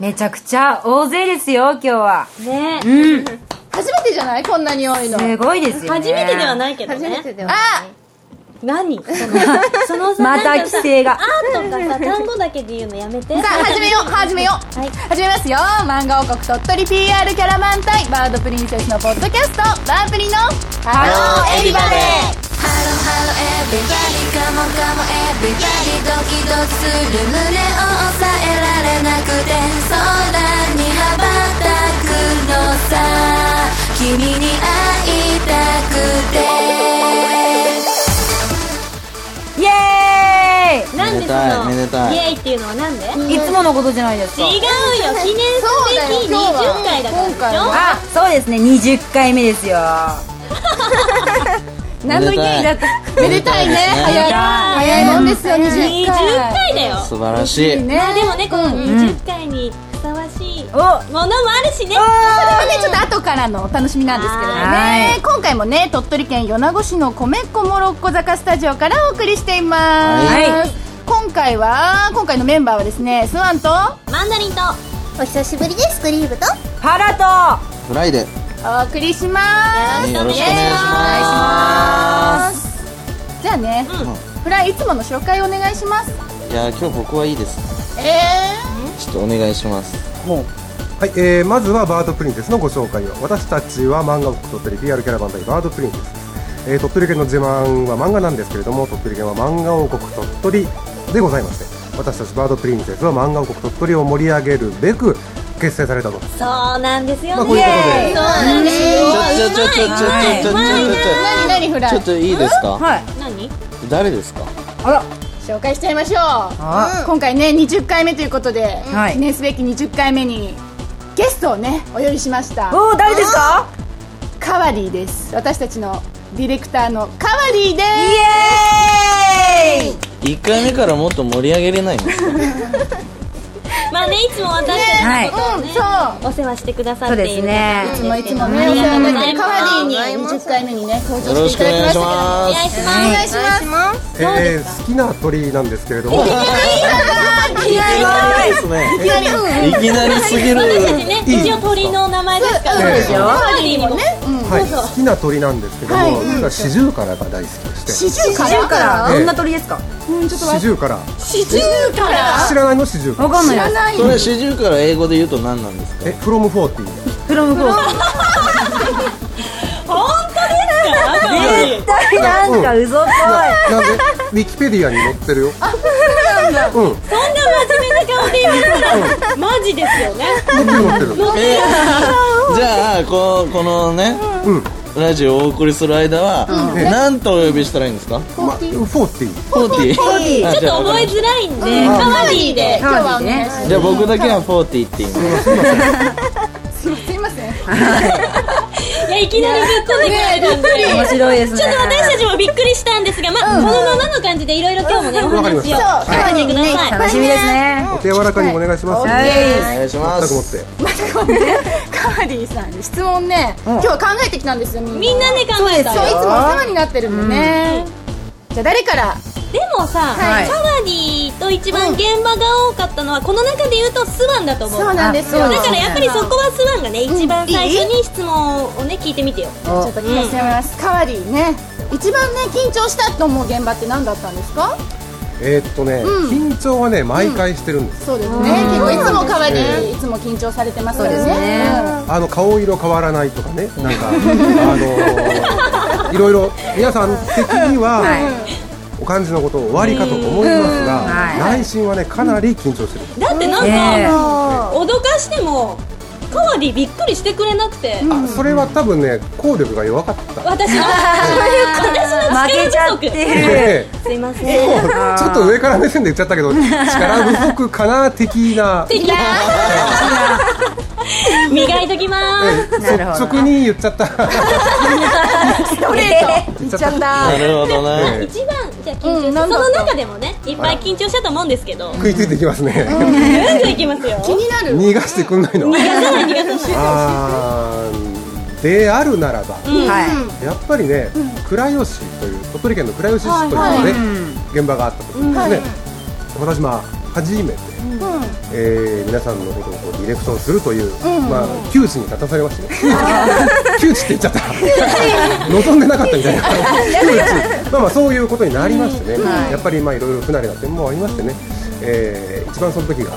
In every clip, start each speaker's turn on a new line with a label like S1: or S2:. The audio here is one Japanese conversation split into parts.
S1: めちゃくちゃ大勢ですよ、今日は。
S2: ね
S1: うん。
S3: 初めてじゃないこんなに多いの。
S1: すごいですよ、ね。。
S2: 初めてではいないけど
S3: 初めて
S2: ね
S3: ではない。
S2: 何そのそのさ
S1: また
S2: なんかさ
S1: 規制が
S2: あーとかさ単語だけで言うのやめて
S3: さあ、始めよう始めよう
S2: はい
S3: 始めますよ漫画王国鳥取 PR キャラバン隊バードプリンセスのポッドキャスト、バープリのハ
S2: ローエビバディ
S4: Hello, hello, everybody, come on, come on, everybody ドキドキする胸を抑えられなくて空に羽ばたくのさ君に会いたくて
S1: イエー
S2: なんでその
S5: めでたいめ
S2: イエ
S5: でたい
S2: イっていうのはなんで違うよ
S1: イいつものことじゃないですか。
S2: 記念す
S3: そうだよ
S2: べき
S3: 今日は
S2: 20回だからでし
S3: 今回
S2: ょ
S3: は
S1: あ、そうですね、20回目ですよ。
S3: 何の意味だっためでたいね早い早いもんですよ、
S2: 20
S3: 20回
S2: 回だよ
S5: 素晴らしい。
S3: ね
S2: まあでもねこの20回にふさわしい
S1: お
S2: も
S1: は
S2: のもあるしね
S3: それはねちょっと後からのお楽しみなんですけど
S1: はい
S3: ね今回もね鳥取県米子市の米っ子モロッコ坂スタジオからお送りしています、
S1: はい
S3: 今回は今回のメンバーはですねスワンと
S2: マンダリンと
S4: お久しぶりですクリーブと
S1: パラと
S5: フライデ
S3: お送りします
S5: ー。よろしくお
S3: お
S5: 願いし
S3: 願いします
S5: ま
S3: じゃあね、フライいつもの紹介お願いします
S5: す。いや、今日僕はいいです。
S3: え
S5: ちょっとお願いします。
S6: はい、えーまずはバードプリンセスのご紹介を私たちは漫画を鳥取 PR キャラバン隊バードプリンセスです、えー鳥取県の自慢は漫画なんですけれども鳥取県は漫画王国鳥取でございまして私たちバードプリンセスは漫画王国鳥取を盛り上げるべく結成されたと
S2: そうなんですよ
S6: まあ
S2: ね
S6: こういうことで
S2: そうなんです
S5: ちょ
S2: よ
S5: ちょちょちょちょちょちょちょ
S3: ー、何々フラ
S5: ち
S3: イ
S5: ょっといいですか。
S1: はい。
S2: 何
S5: 誰ですか。
S1: あら、
S3: 紹介しちゃいましょ
S1: あ
S3: う、今回ね20回目ということで、
S1: はい
S3: 記念すべき20回目にゲストをねお呼びしました
S1: おー、誰ですか
S3: カワリーです私たちのディレクターのカワリーで
S1: イエーイ
S5: 一回目からもっと盛り上げれないんですか。
S2: まあねいつも私たち
S1: はい。
S3: す、うん
S2: お世話してくださっている
S1: そうですね
S3: そういつもいつもね
S2: あ
S3: お
S2: り
S3: 世
S2: がと
S3: 話
S2: う
S3: に
S2: ござい
S3: な
S2: ま
S3: っ
S2: す
S3: てカワリーに20回目にね登
S5: よろ
S3: 場し
S5: してく
S3: い
S5: お
S3: ただき
S5: 願
S3: ま
S5: い
S3: し
S5: した
S3: けど
S2: お
S5: ま
S2: 願い
S5: す。
S2: し
S3: お
S2: ます
S3: 願いします
S6: えー好きな鳥なんですけれども
S5: すごいですね。いきなりすぎる。
S2: 私たちね一応鳥の名前ですから
S6: そうですよ
S2: カワリーにも
S6: はい、好きな鳥なんですけども、実はシジュウカラが大好きでして
S3: 四十から
S1: 10から、
S6: ええ
S1: どんな鳥ですか
S6: シジュウカラ
S3: 四十から
S6: 知らないのシジュウカ
S1: わ
S6: ラ
S1: かんない
S3: 知ら
S1: です。
S3: ない
S5: それ四十から英語で言うと何なんですか
S6: え。フロムフォーティー
S1: フロムフォース。
S2: 本当ですかカワリー
S1: 絶対なんか嘘っ
S6: なんでウィキペディアに載ってるようん
S2: そんな真面目な顔で言ったらマジですよね
S6: 載ってる載ってる
S5: えーじゃあここのね、
S6: うん
S5: ラジオをお送りする間は、なんとお呼びしたらいいんですか
S6: ま、フォーティ
S5: フ
S6: ー
S5: ォーティー
S1: ぽい。ち
S5: あ
S2: ち
S5: じ
S2: ょ
S5: ゃ
S2: っ
S5: あ
S2: と覚えづらいんで
S1: うん
S2: カワリーで
S1: カワリーね。
S5: じゃあ僕だけはフォーティーって言います
S3: すいません
S2: いやいきなりぶっ飛んでくれたんで
S1: 面白いですね。
S2: ちょっと私たちもびっくりしたんですが、まあ、このままの感じでいろいろ今日もね、お
S6: わかりま
S2: 話
S6: し
S2: を
S6: た
S2: 聞かせてください。
S1: 楽しみですね。
S6: お手柔らかにお願いします
S1: は
S6: ね
S5: お
S1: い。
S5: 願いしま
S6: 全くもっ
S5: す
S6: て
S3: カワリーさんに質問ね今日は考えてきたんですよみんな
S2: みんなで考えた
S3: そういつ
S2: よ。
S3: もお世話になってるんでね、じゃあ誰から
S2: でもさ、
S1: はい
S2: カワリーと一番現場が多かったのは、この中で言うとスワンだと思う。
S3: そうなんですよ
S1: あ
S2: だ
S1: そう
S2: からやっぱりそこはスワンがね、一番最初に質問をね、聞いてみてよ。
S3: ちょっと聞かせてもらいます、カワリーね一番ね緊張したと思う現場って何だったんですか
S6: えーっとね、緊張はね毎回してるんです、
S3: そうですね結構いつもカワリー、いつも緊張されてますよね
S1: そうですね
S6: あの顔色変わらないとかねなんかあのーいろいろ皆さん的には、お感じのことを終わりかと思いますが、
S1: は
S6: 内心はねかなり緊張してる、
S2: だってなん
S1: ねえ
S2: か、脅かしても、カワリーびっくりしてくれなくて、
S6: あそれは多分ね効力が弱かった
S2: 私の、
S1: 負けちゃってる。
S6: で
S2: すいません。
S6: ちょっと上から目線で言っちゃったけど力不足かな的な
S2: 磨いときま
S6: え
S2: ーす。
S6: え
S1: なるほど
S6: 率直に言っちゃった
S3: 言っちゃった
S5: なるほどね
S2: 一番じゃあ緊張した、
S3: うんなん
S2: その
S3: だ
S2: 中でもねいっぱい緊張したと思うんですけど
S6: 食いついてきますね、
S2: ぐんぐんいきますよ
S3: 気になる
S6: 逃がしてくんないの
S2: 逃がさない逃がさない
S6: あーであるならば、
S1: は
S6: やっぱりね、倉吉という鳥取県の倉吉市という、ね現場があったところですね、私まあ初めて、えー皆さんのことをこうディレクションするという、まあ、窮地に立たされましたね 窮地って言っちゃった望んでなかった みたいな窮地まあまあそういうことになりましてね、やっぱりまあいろいろ不慣れな点もありましてね、えー一番その時が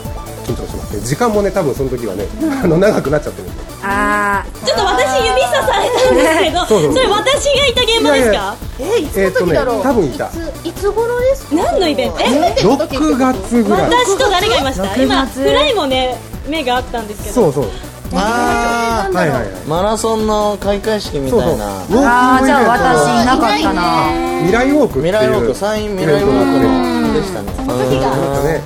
S6: 緊張しますね時間もね多分その時はね、あの長くなっちゃってるんで
S1: あ
S2: ちょっと私指さされたんですけど
S6: そうそう
S2: それ私がいた現場ですか
S3: えいつ
S6: え
S3: の
S6: ーっと
S3: 時
S6: ね
S3: だろう、
S6: 多分いた
S3: いついつ頃ですか
S2: 何のイベントえ
S3: 初めての時ってこと
S6: 6月ぐらい
S2: 私と誰がいました
S1: 6
S2: 今
S1: 月
S2: フライもね目があったんですけど
S6: そうそう
S5: あ
S6: はいはいはい
S5: ーマラソンの開会式み
S6: そう
S5: た
S6: そう
S5: いな
S1: ああ
S6: ウ
S1: あ
S6: ォーキング
S1: じゃあ私い
S6: イベントの
S1: なかったな
S6: 未来ウォークって
S5: 未
S6: いう
S5: 来ウォークサイン未来ウォークのでしたね
S6: なんかね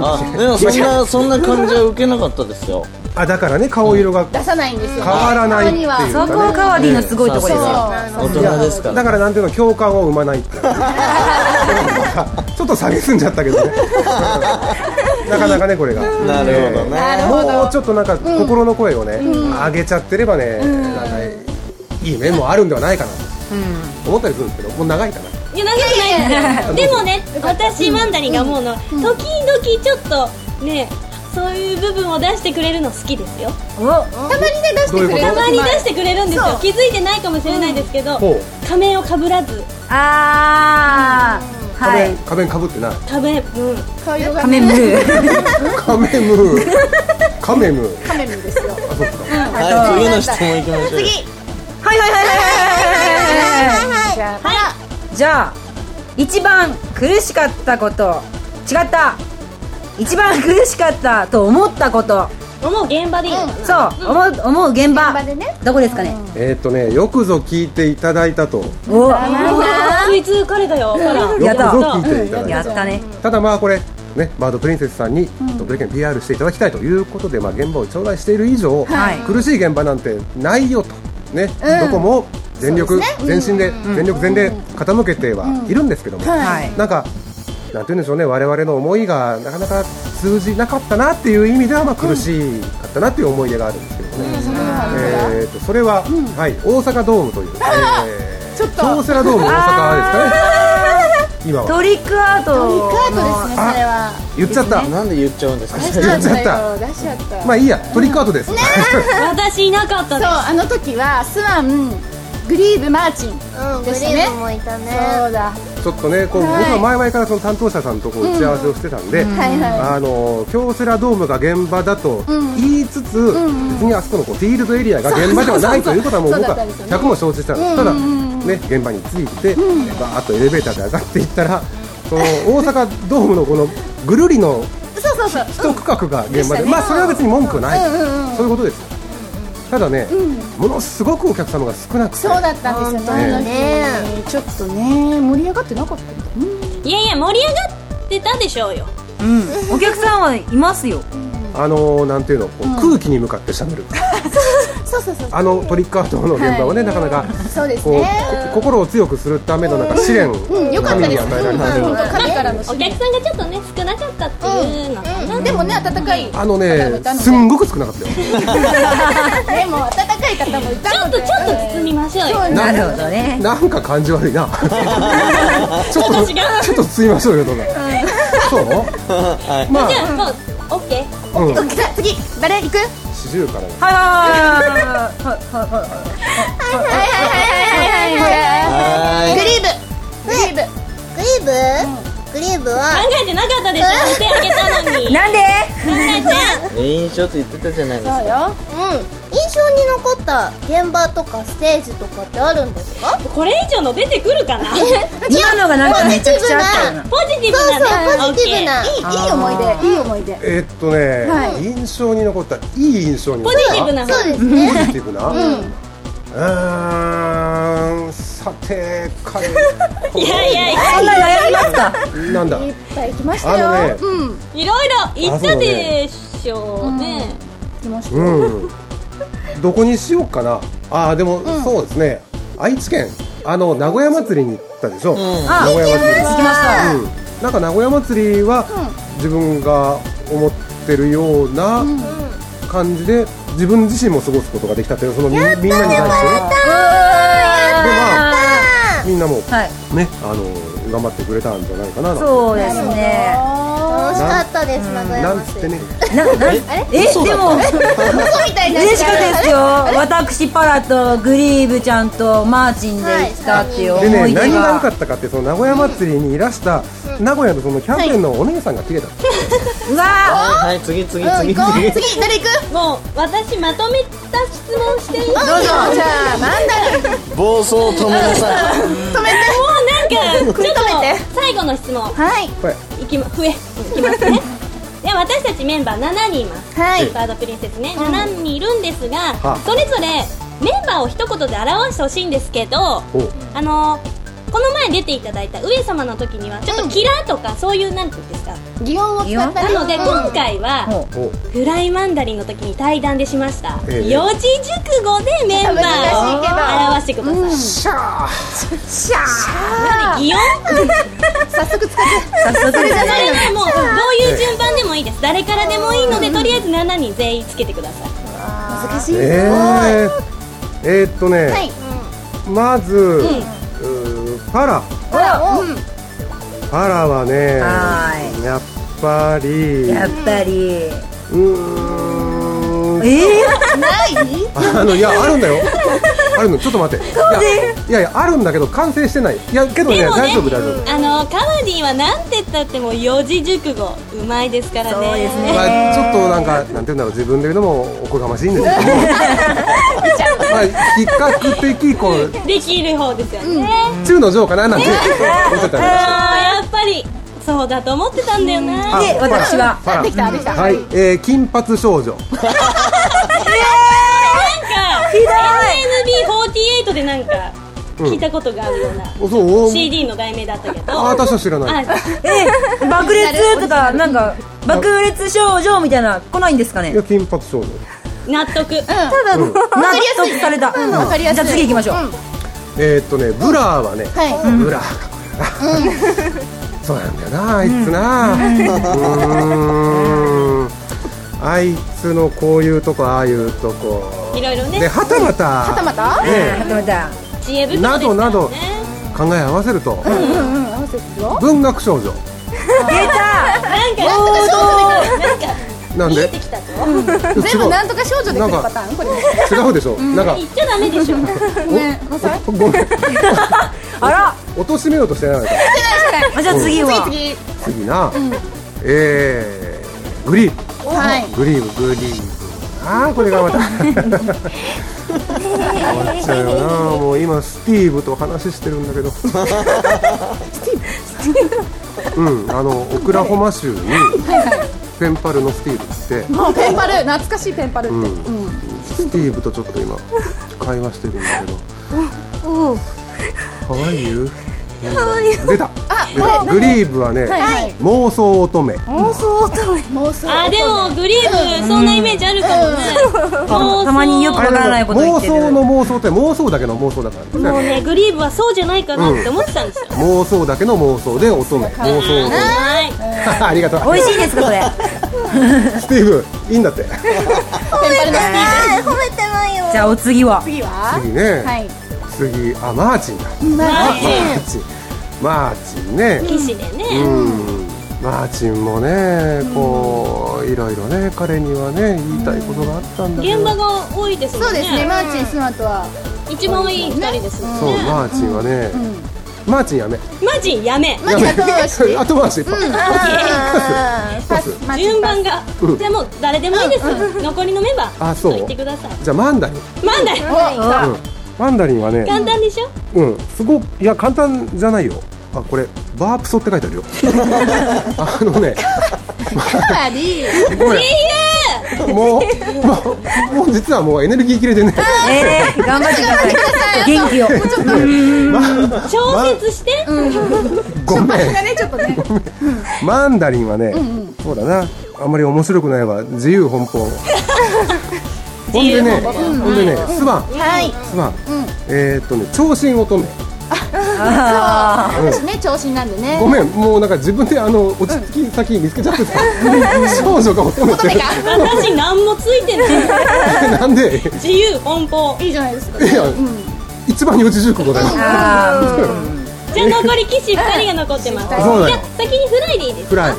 S5: あでもそん なそんな感じは受けなかったですよ
S6: あだからね顔色が
S3: 出さないんですよ
S6: 変わらないっていうか、ね、
S1: そこはカワディのすごいとこです
S5: そう
S1: よ
S5: 大人ですから
S6: だからなんていうの共感を生まないっていうちょっと下げすんじゃったけどねなかなかねこれが
S5: なるほどね
S6: もうちょっとなんか心の声をね、上げちゃってればね、なんかいい面もあるんではないかなと思ったりするんですけどもう長いかない
S2: や長くないですよでもね私マンダリンが思うのは時々ちょっとねそういう部分を出してくれるの好きですよ
S1: お
S3: たまにね出してくれる
S2: たまに出してくれるんですよ
S3: そう
S2: 気づいてないかもしれないですけど
S6: ほう
S2: 仮面をかぶらず
S1: ああは
S6: 仮面
S1: い
S6: 仮面かぶってない
S2: 仮面うん
S3: 顔色が
S1: 仮面ブルー
S6: カメムーカメムー
S3: カメムですよ
S5: はい次の質問いきましょう
S1: はいはいはいはいはい
S3: じゃあ
S1: じゃあ一番苦しかったこと違った一番苦しかったと思ったこと
S2: 思う現場でいいのかな
S1: そう思う思う現場
S3: 現場でね
S1: どこですかね、
S6: えーっとねよくぞ聞いていただいたと
S1: お
S2: 食いつかれたよほら
S1: や
S6: よ
S1: っ
S6: く
S1: た
S6: ぞ聞いていただ
S1: や
S6: い
S1: ったたね
S6: ただまあこれねバードプリンセスさんに鳥取県 PR していただきたいということでまあ現場を頂戴している以上
S1: はい
S6: 苦しい現場なんてないよとねどこも全力全身で全力全霊傾けてはいるんですけども
S1: はい
S6: なんかなんて言うんでしょうね我々の思いがなかなか通じなかったなっていう意味ではまあ苦しかったなっていう思い出があるんですけどねえーとそれははい大阪ドームというえー
S3: ちょっと
S6: 京セラドーム大阪ですかね今は
S1: トリックアート
S3: カートですねそれは
S6: 言っちゃった
S5: なんで言っちゃうんですか
S6: 言っちゃった
S3: 出しちゃった
S6: まあいいや、トリックアートです。
S2: 私いなかった
S3: そう
S2: です
S3: あの時はスワングリーブマーチン
S4: うんグリ
S3: ですね
S4: ーンもいたね
S3: そうだ
S6: ちょっとね、こう、
S3: はい
S6: 僕は前々からその担当者さんとこう打ち合わせをしてたんで、
S3: はいはい
S6: あの京セラドームが現場だと言いつつ、別にあそこのこうフィールドエリアが現場ではないということはもう
S3: そう
S6: 僕
S3: そうそう
S6: は100も承知してたんです。ただね、現場に着いて、バーッとエレベーターで上がっていったら、その大阪ドームのこのぐるりの
S3: そうそうそう
S6: 一区画が現場で、
S3: うん
S6: まあそれは別に文句はない、
S3: うんうん
S6: そういうことですよ。ただね、ものすごくお客様が少なくて、
S3: そうだったんですよねあの日ねちょっとね盛り上がってなかったみたい
S2: いやいや盛り上がってたでしょうよ
S1: うんお客さんはいますよ
S6: あのー、なんていうの、こう空気に向かってしゃべる、
S3: そうそうそう
S6: あのトリックアートの現場はね、なかなか
S3: そうです
S6: こう、
S3: ね
S6: こ心を強くするためのなんか試練、
S3: うんよかった
S6: 神
S3: で
S6: に
S3: すうん
S6: 与えられ
S3: 本
S6: た
S3: 当神からの
S2: お客さんがちょっとね少なかったっていうのかな
S3: うんでもね温かい
S6: あの
S3: 方も
S6: ね
S3: いた、のです
S6: んごく少なかったよ、
S3: でも温かい方もい
S2: ちょ
S3: た
S2: っ
S3: の
S2: と
S3: で
S2: ちょっと包みましょうよ
S3: そう
S1: なるほどね
S6: なんか感じ悪 いな、ちょっと、
S2: 私が
S6: ちょっと吸いましょうよ、とか、 そう、
S5: はい
S6: まあ
S2: じ、ゃあもうオッケー
S6: うん、
S3: うんさあ次誰行く
S6: 四十からね、
S1: はいはいはいはいはいはい
S3: はいはいはい
S5: は
S3: グリーブグリーブ
S7: グリーブ、グリーブは
S2: 考えてなかったでしょ手あげたのに考
S1: なんで
S2: えて
S5: い印象って言ってたじゃないですか
S3: そうよ
S7: うん印象に残った現場とかステージとかってあるんですか
S2: これ以上の出てくるかなポ
S1: 今のがなんかめちゃくちゃあったよな
S2: ジティブ
S7: そう
S2: な
S7: そうポジティブな、
S3: いいいい思い
S1: あ
S3: 出いい思い出
S6: えーっとね、
S3: はい
S6: 印象に残った、いい印象に
S2: ポ
S6: 残
S2: ジ
S6: っ
S2: ティブな
S7: そうです
S6: た、
S7: ね
S6: ポジティブな、うん、うーん、さて、彼、
S2: いやいやい
S1: そんな悩みますか
S6: なんだ。
S3: いっぱい来まし
S6: あ
S3: たよ、
S6: のね
S3: う
S2: や
S3: ん
S2: いろいろ言ったでしょうね
S3: 来ましたよ、
S6: うん、どこにしようかな、ああ、でも、そうですね、愛知県、あの名古屋祭りに行ったでしょ、名古屋祭り、
S1: 聞きました
S6: うん、なんか名古屋祭りは、自分が思ってるような感じで、自分自身も過ごすことができたという、そのみみんなに対してね、で、まあ、みんなも、
S1: はい
S6: ね、あの頑張ってくれたんじゃないかななんて
S1: そうですね
S3: あ
S7: 楽しかったです 名古屋
S6: なんつっ
S7: 祭
S6: て
S7: り
S6: ね
S1: ななえ
S5: 嘘
S1: で
S5: だ
S1: も
S7: 嘘みたいな
S1: 嬉しかったですよ私パラとグリーブちゃんとマーチンで行ったっていう思
S6: でね
S1: い出
S6: 何が良か
S1: が
S6: ったかってその名古屋祭りにいらした名古屋のそのキャンペーンのお姉さんが綺麗だった
S1: うわ
S5: はいはい次次
S7: うん
S5: 次
S7: 行こう
S5: 次
S7: 次誰行く
S2: もう私まとめた質問していいもう
S3: どうぞじゃあなんだ
S5: 暴走を止めなさい
S3: 止めて
S2: なんかちょっと
S3: 止めて
S2: 最後の質問
S7: はい
S6: これ
S2: いきま増えいきますねで私たちメンバー7人います
S7: はい
S2: バードプリンセスね7人いるんですが、
S6: は
S2: それぞれメンバーを一言で表してほしいんですけど
S6: おう
S2: あのこの前出ていただいた上様の時にはちょっとキラーとかそういうなんていうんですか、
S7: 擬音を使ったね
S2: なので今回は
S6: おう
S2: フライマンダリンの時に対談でしました、
S6: ええ
S2: 四字熟語でメンバ
S7: 難しいけ
S2: ーを
S7: ど
S2: 表してください、
S6: シャー
S2: 擬音
S7: 早速使って
S1: 早速
S2: それはもうどういう順番でもいいです誰からでもいいのでとりあえず7人全員つけてください
S7: 難しい
S6: えー、えーっとね、
S7: はい
S6: まず、うーパラ
S7: ほらお
S6: パラはね
S1: は
S6: やっぱり
S1: やっぱり
S6: うーん
S1: え
S7: ない
S6: あのいやあるんだよあるのちょっと待っていやいやいやあるんだけど完成してないいやけどね
S2: でもね
S6: 大丈夫大丈夫、
S2: あのカムディはなんて言ったってもう四字熟語うまいですからね
S1: そうですね
S6: まあ、ちょっとなんかなんていうんだろう自分で言うのもおこがましいんですけどまあ比較的こう
S2: できる方ですよね、
S6: 中の上かななんて思っちゃったりして
S2: あーやっぱりそうだと思ってたんだよ な、
S1: で私は
S6: パラ
S3: できたできた
S6: はい、えー、金髪少女
S2: なんか NMB48 でなんか聞いたことがあるような、
S6: おそう お
S2: CD の題名だったけど
S6: あ私は知らない
S2: あ
S1: え爆裂とかなんか爆裂少女みたいな来ないんですかね
S6: いや金髪少女
S2: 納得、
S1: 納得された
S3: わかりやすい
S1: じゃあ次行きましょう
S6: えー、っとねブラーはね、
S7: は
S6: ブラーがこれ な、そうなんだよなあいつな、うーんあいつのこういうとこああいうとこ
S2: いろいろね
S6: ではたまたは
S3: また
S1: ま
S6: ね
S1: たまた
S2: 知恵袋ですからね
S6: などなど考え合わせると、文学少女
S1: 出た
S2: なんかなんか
S6: なん
S2: 見え
S6: で
S2: てきたぞ
S3: 全
S6: 違
S3: 部
S6: う
S3: なんとか少女で来るパターンこれ
S6: 違うでしょ、なんか
S2: 言っちゃダメでしょ
S3: ごめんなさい
S6: ごめん
S1: あら
S6: 落としめようとしてないのか
S1: あじゃあ次は
S3: 次
S6: 次な、えー、グリーブ
S7: はい
S6: グリーブグリーブああこれがまた終わっちゃうよなもう今スティーブと話してるんだけどスティーブうんあのオクラホマ州にペンパルのスティーブって
S3: もうペンパル懐かしいペンパルって
S6: スティーブとちょっと今会話してるんだけどかわいいよ出たでグリーブはね、
S3: はい
S6: 妄想乙女
S7: 妄想
S2: あでもグリーブそんなイメージあるかもね妄想
S1: たまによくわからないこと言
S6: 妄
S1: ってる
S6: 想の妄想って妄想だけの妄想だから、
S2: もう
S6: ね、
S2: ねグリーブはそうじゃないかなって思ってたんですよ、
S6: 妄想だけの妄想で乙女妄想乙
S2: はい
S6: 女 ありがとう
S1: 美味しいですかそれ
S6: スティーブいいんだって
S7: はい褒めてないよ
S1: じゃあお次は
S3: 次は
S6: 次ね、
S3: はい
S6: 次あマーチンだ
S2: マ
S6: マーチンマーチンね
S2: 騎士で
S6: う
S2: ね、
S6: んマーチンもねこういろいろね彼にはね言いたいことがあったんだけど
S2: 現場が多いですもん
S3: そう
S2: ね
S3: ですねマーチンスマートは
S2: 一番多い二人ですもん
S6: そう
S2: ね
S6: マーチンはね、マーチンやめ
S2: マジやめ
S3: マーチン後回し
S6: 後回し一発パス
S3: マーチン
S2: 順番が
S6: うん
S2: じゃあもう誰でもいいです残りのメンバー
S6: あそう
S2: 言ってください
S6: じゃあマンダリン、
S2: マンダリ
S6: うん、マンダリンはね
S2: 簡単でしょ
S6: うん、すごくいや簡単じゃないよ。あ、これバープソって書いてあ るよ。あのね、
S3: パリ
S6: ごめん。もうもうもう実はもうエネルギー切れてね。
S1: えー、頑張ってください元気を
S2: 調節して
S6: ごめん。
S3: がねちょっとね
S6: マンダリンはね、そうだな。あんまり面白くないわ。自由 奔放。ほんでね、ほんでね、スワン、
S7: はい
S6: スワン。えーっとね、長身乙女。
S1: あ
S3: 私ね調子になんでね
S6: ごめん、もうなんか自分であの落ち着き先見つけちゃってた。少女が乙女って。
S2: 私何もついてない
S6: な んで、
S2: 自由奔放
S3: いいじゃないですか
S6: いや、一番四字熟語だよ。
S1: ーあ
S2: じゃあ残り騎士2人が残ってます
S6: そうだよ
S2: じゃあ先にフライでいいです
S6: フライ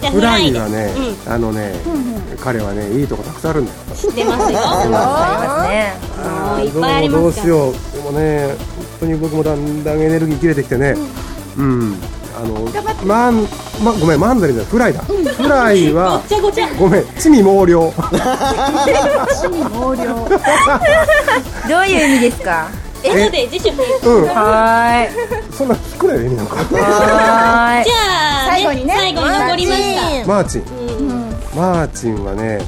S2: じゃあフ
S6: 裏
S2: ライ
S6: に
S2: で
S6: はね、あのね、彼はねいいとこたくさんあるんだよ
S2: うん、知ってますよ
S1: ありますね
S2: もういっぱいあり
S6: どうど
S2: ま
S6: う
S2: す
S6: し
S2: から
S6: ようでもね本当に僕もだんだんエネルギー切れてきてねうん、あのマン、ま、ごめんマンダリンじゃないフライだフライ
S2: ご
S6: は
S2: っちゃごちゃ
S6: ごめん地味毛量
S1: どういう意味ですか
S2: エロで辞書じ
S6: うん
S1: はーい
S6: そんな聞くらいで意味なのか
S1: はーい
S2: ゃあ、
S3: 最後にね
S2: 最後に残りまし
S6: マーチン、マーチンはね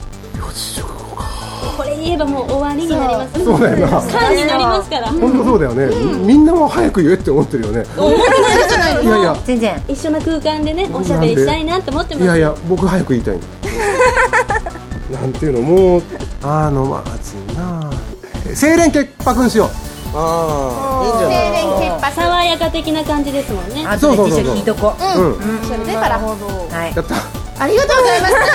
S2: たこれに言えばもう終わりになります
S6: そうだよな
S2: 缶になりますから
S6: 本当そうだよね、みんなも早く言えって思ってるよねいやいや
S1: 全然
S2: 一緒の空間でねおしゃべりしたいなって思ってます
S6: いやいや僕早く言いたいのなんていうのもうあのマーチンな清廉潔白にしよ
S5: ああいいんじゃない
S2: 爽やか的な感じですもんね
S1: あとで
S6: そ
S1: 辞
S6: うそうそう
S1: 書引いとこ
S6: ううん、
S3: それでパラ
S1: はい
S6: やった
S3: ありがとうございますなんか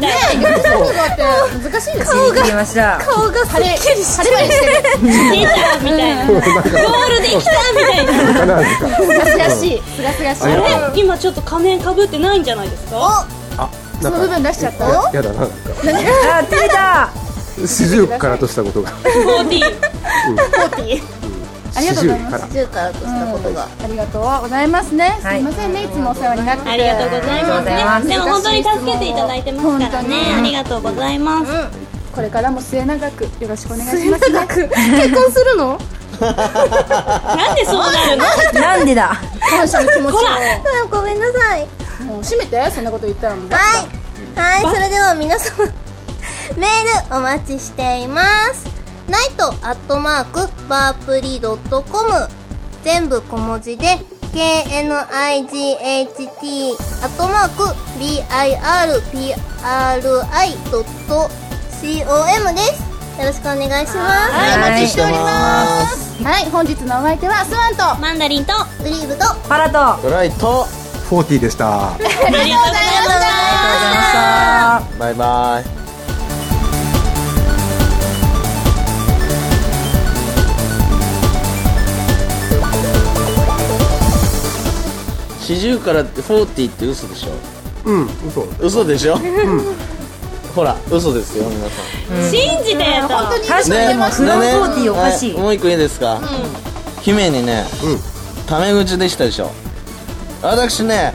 S3: ねえ言うことって難しいですよ
S1: 切りました
S3: 顔がすっきりしてる晴れ晴れし
S2: 出
S3: て
S2: た みたいなゴールできたみたいな
S6: かなんか
S3: るすがすがしいすがすがしい
S6: ありがとう
S2: え今ちょっと仮面かぶってないんじゃないですか
S6: あな
S3: そ
S6: ん
S3: の
S6: か
S3: 部分出しちゃった
S6: ややだななんか
S1: あ切れた
S6: 四十九からとしたことが
S2: 40
S3: ありがとうございます
S6: 40から
S7: 10からとしたこと
S3: あ
S7: が、
S3: りがとうございますね、
S1: はい
S3: すいませんねいつもお世話になって
S2: ありがとうございますね
S1: あり
S2: でも
S3: がとう
S2: 本当
S3: ござい
S2: に
S3: ます
S2: 助けていただいてますからね
S3: 本当に
S2: ありがとうございます
S3: これからも末永くよろしくお願いします、ね、結婚するの
S2: なんでそうなるの
S1: なんでだ
S3: 感謝の気持ちを
S2: ほら
S7: うんごめんなさい
S3: もう閉めてそんなこと言ったらもう
S7: はいはいそれでは皆様 メールお待ちしていますナイトアットマークバープリドットコム全部小文字で KNIGHT アットマーク BIRPRI.com ですよろしくお願いします
S5: お待ちして
S7: り
S5: ま
S7: ます
S5: す
S3: はい本日のお相手はスワンと
S2: マンダリンとあ
S7: オリーブと
S1: パラと
S5: ドライと
S6: フォーティーでした
S2: りがとうござい
S1: あ
S2: ました
S1: りがとうございました
S5: バイバイ四十からってフォーティーって嘘でしょ
S6: うん嘘
S5: 嘘でしょ、ほら嘘ですよ皆さん
S2: 信じてよと
S1: 確かにでもフロン
S5: ね
S1: フォーティーおかしい
S5: はもう一個いいですか、姫にね、タメ口でしたでしょ私ね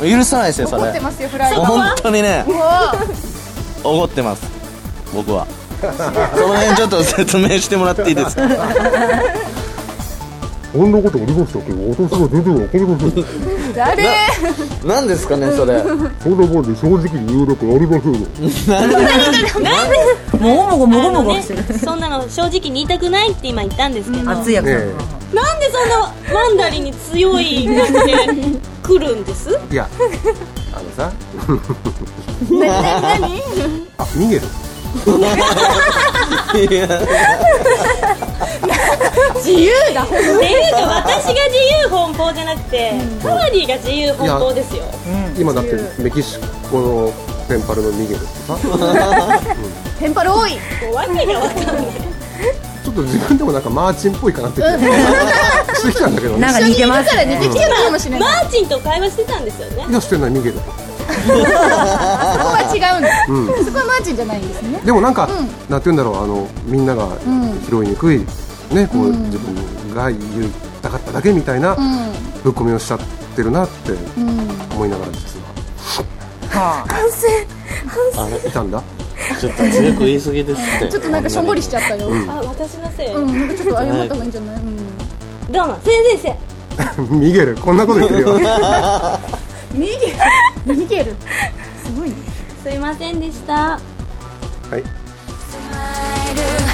S5: 許さないですよそ
S3: 怒って
S5: れ
S3: ますよフライド
S5: 本当にね怒ってます僕はその辺ちょっと説明してもらっていいですか
S6: こんなことありましたけど私は全然わかりません
S3: 誰
S5: 何ですかねそれ
S6: そんなもんで正直に言うのかありませんよ
S1: もごもごもごも
S2: あの
S1: ご
S2: ね
S1: する
S2: そんなの正直に言いたくないって今言ったんですけど
S1: 熱いやつ
S6: ね
S2: なんでそんなマンダリンに強い感じで来るんです
S6: えいやあのさ あ逃げる
S3: 自由だほん
S2: っていうか私が自由奔放じゃなくて、カワディが自由奔放ですよ
S6: 今だってメキシコのテンパルの逃げるってさ
S3: テンパル多い
S2: もうわけがわかんない
S6: ちょっと自分でもなんかマーチンっぽいかなって気が してきたんだけどね
S1: なんか似てます
S3: 似
S1: ね
S3: てきてるかもしれ
S2: マ
S3: ない
S2: ーチンと会話してたんですよね
S6: いやしてない逃げる
S3: そこは違うんだ
S6: う
S3: そこはマーチンじゃないんですね
S6: でもなんか、なんて言うんだろうあのみんなが拾いにくい、ねこう、自分が言いたかっただけみたいなぶっ込みをしちゃってるなって思いながら実は
S1: はあ
S5: あれ
S6: いたんだ
S5: ちょっと強く言い過ぎですって
S3: ちょっとなんかしょんぼりしちゃったようん
S2: あ私のせい、
S3: なんかちょっと謝った方がいいんじゃないうん
S2: どうも先生
S6: 逃げるこんなこと言ってるよ
S3: 逃げる逃げるすごいね
S2: すいませんでした
S6: は
S4: 「ス
S6: い
S4: マイル」「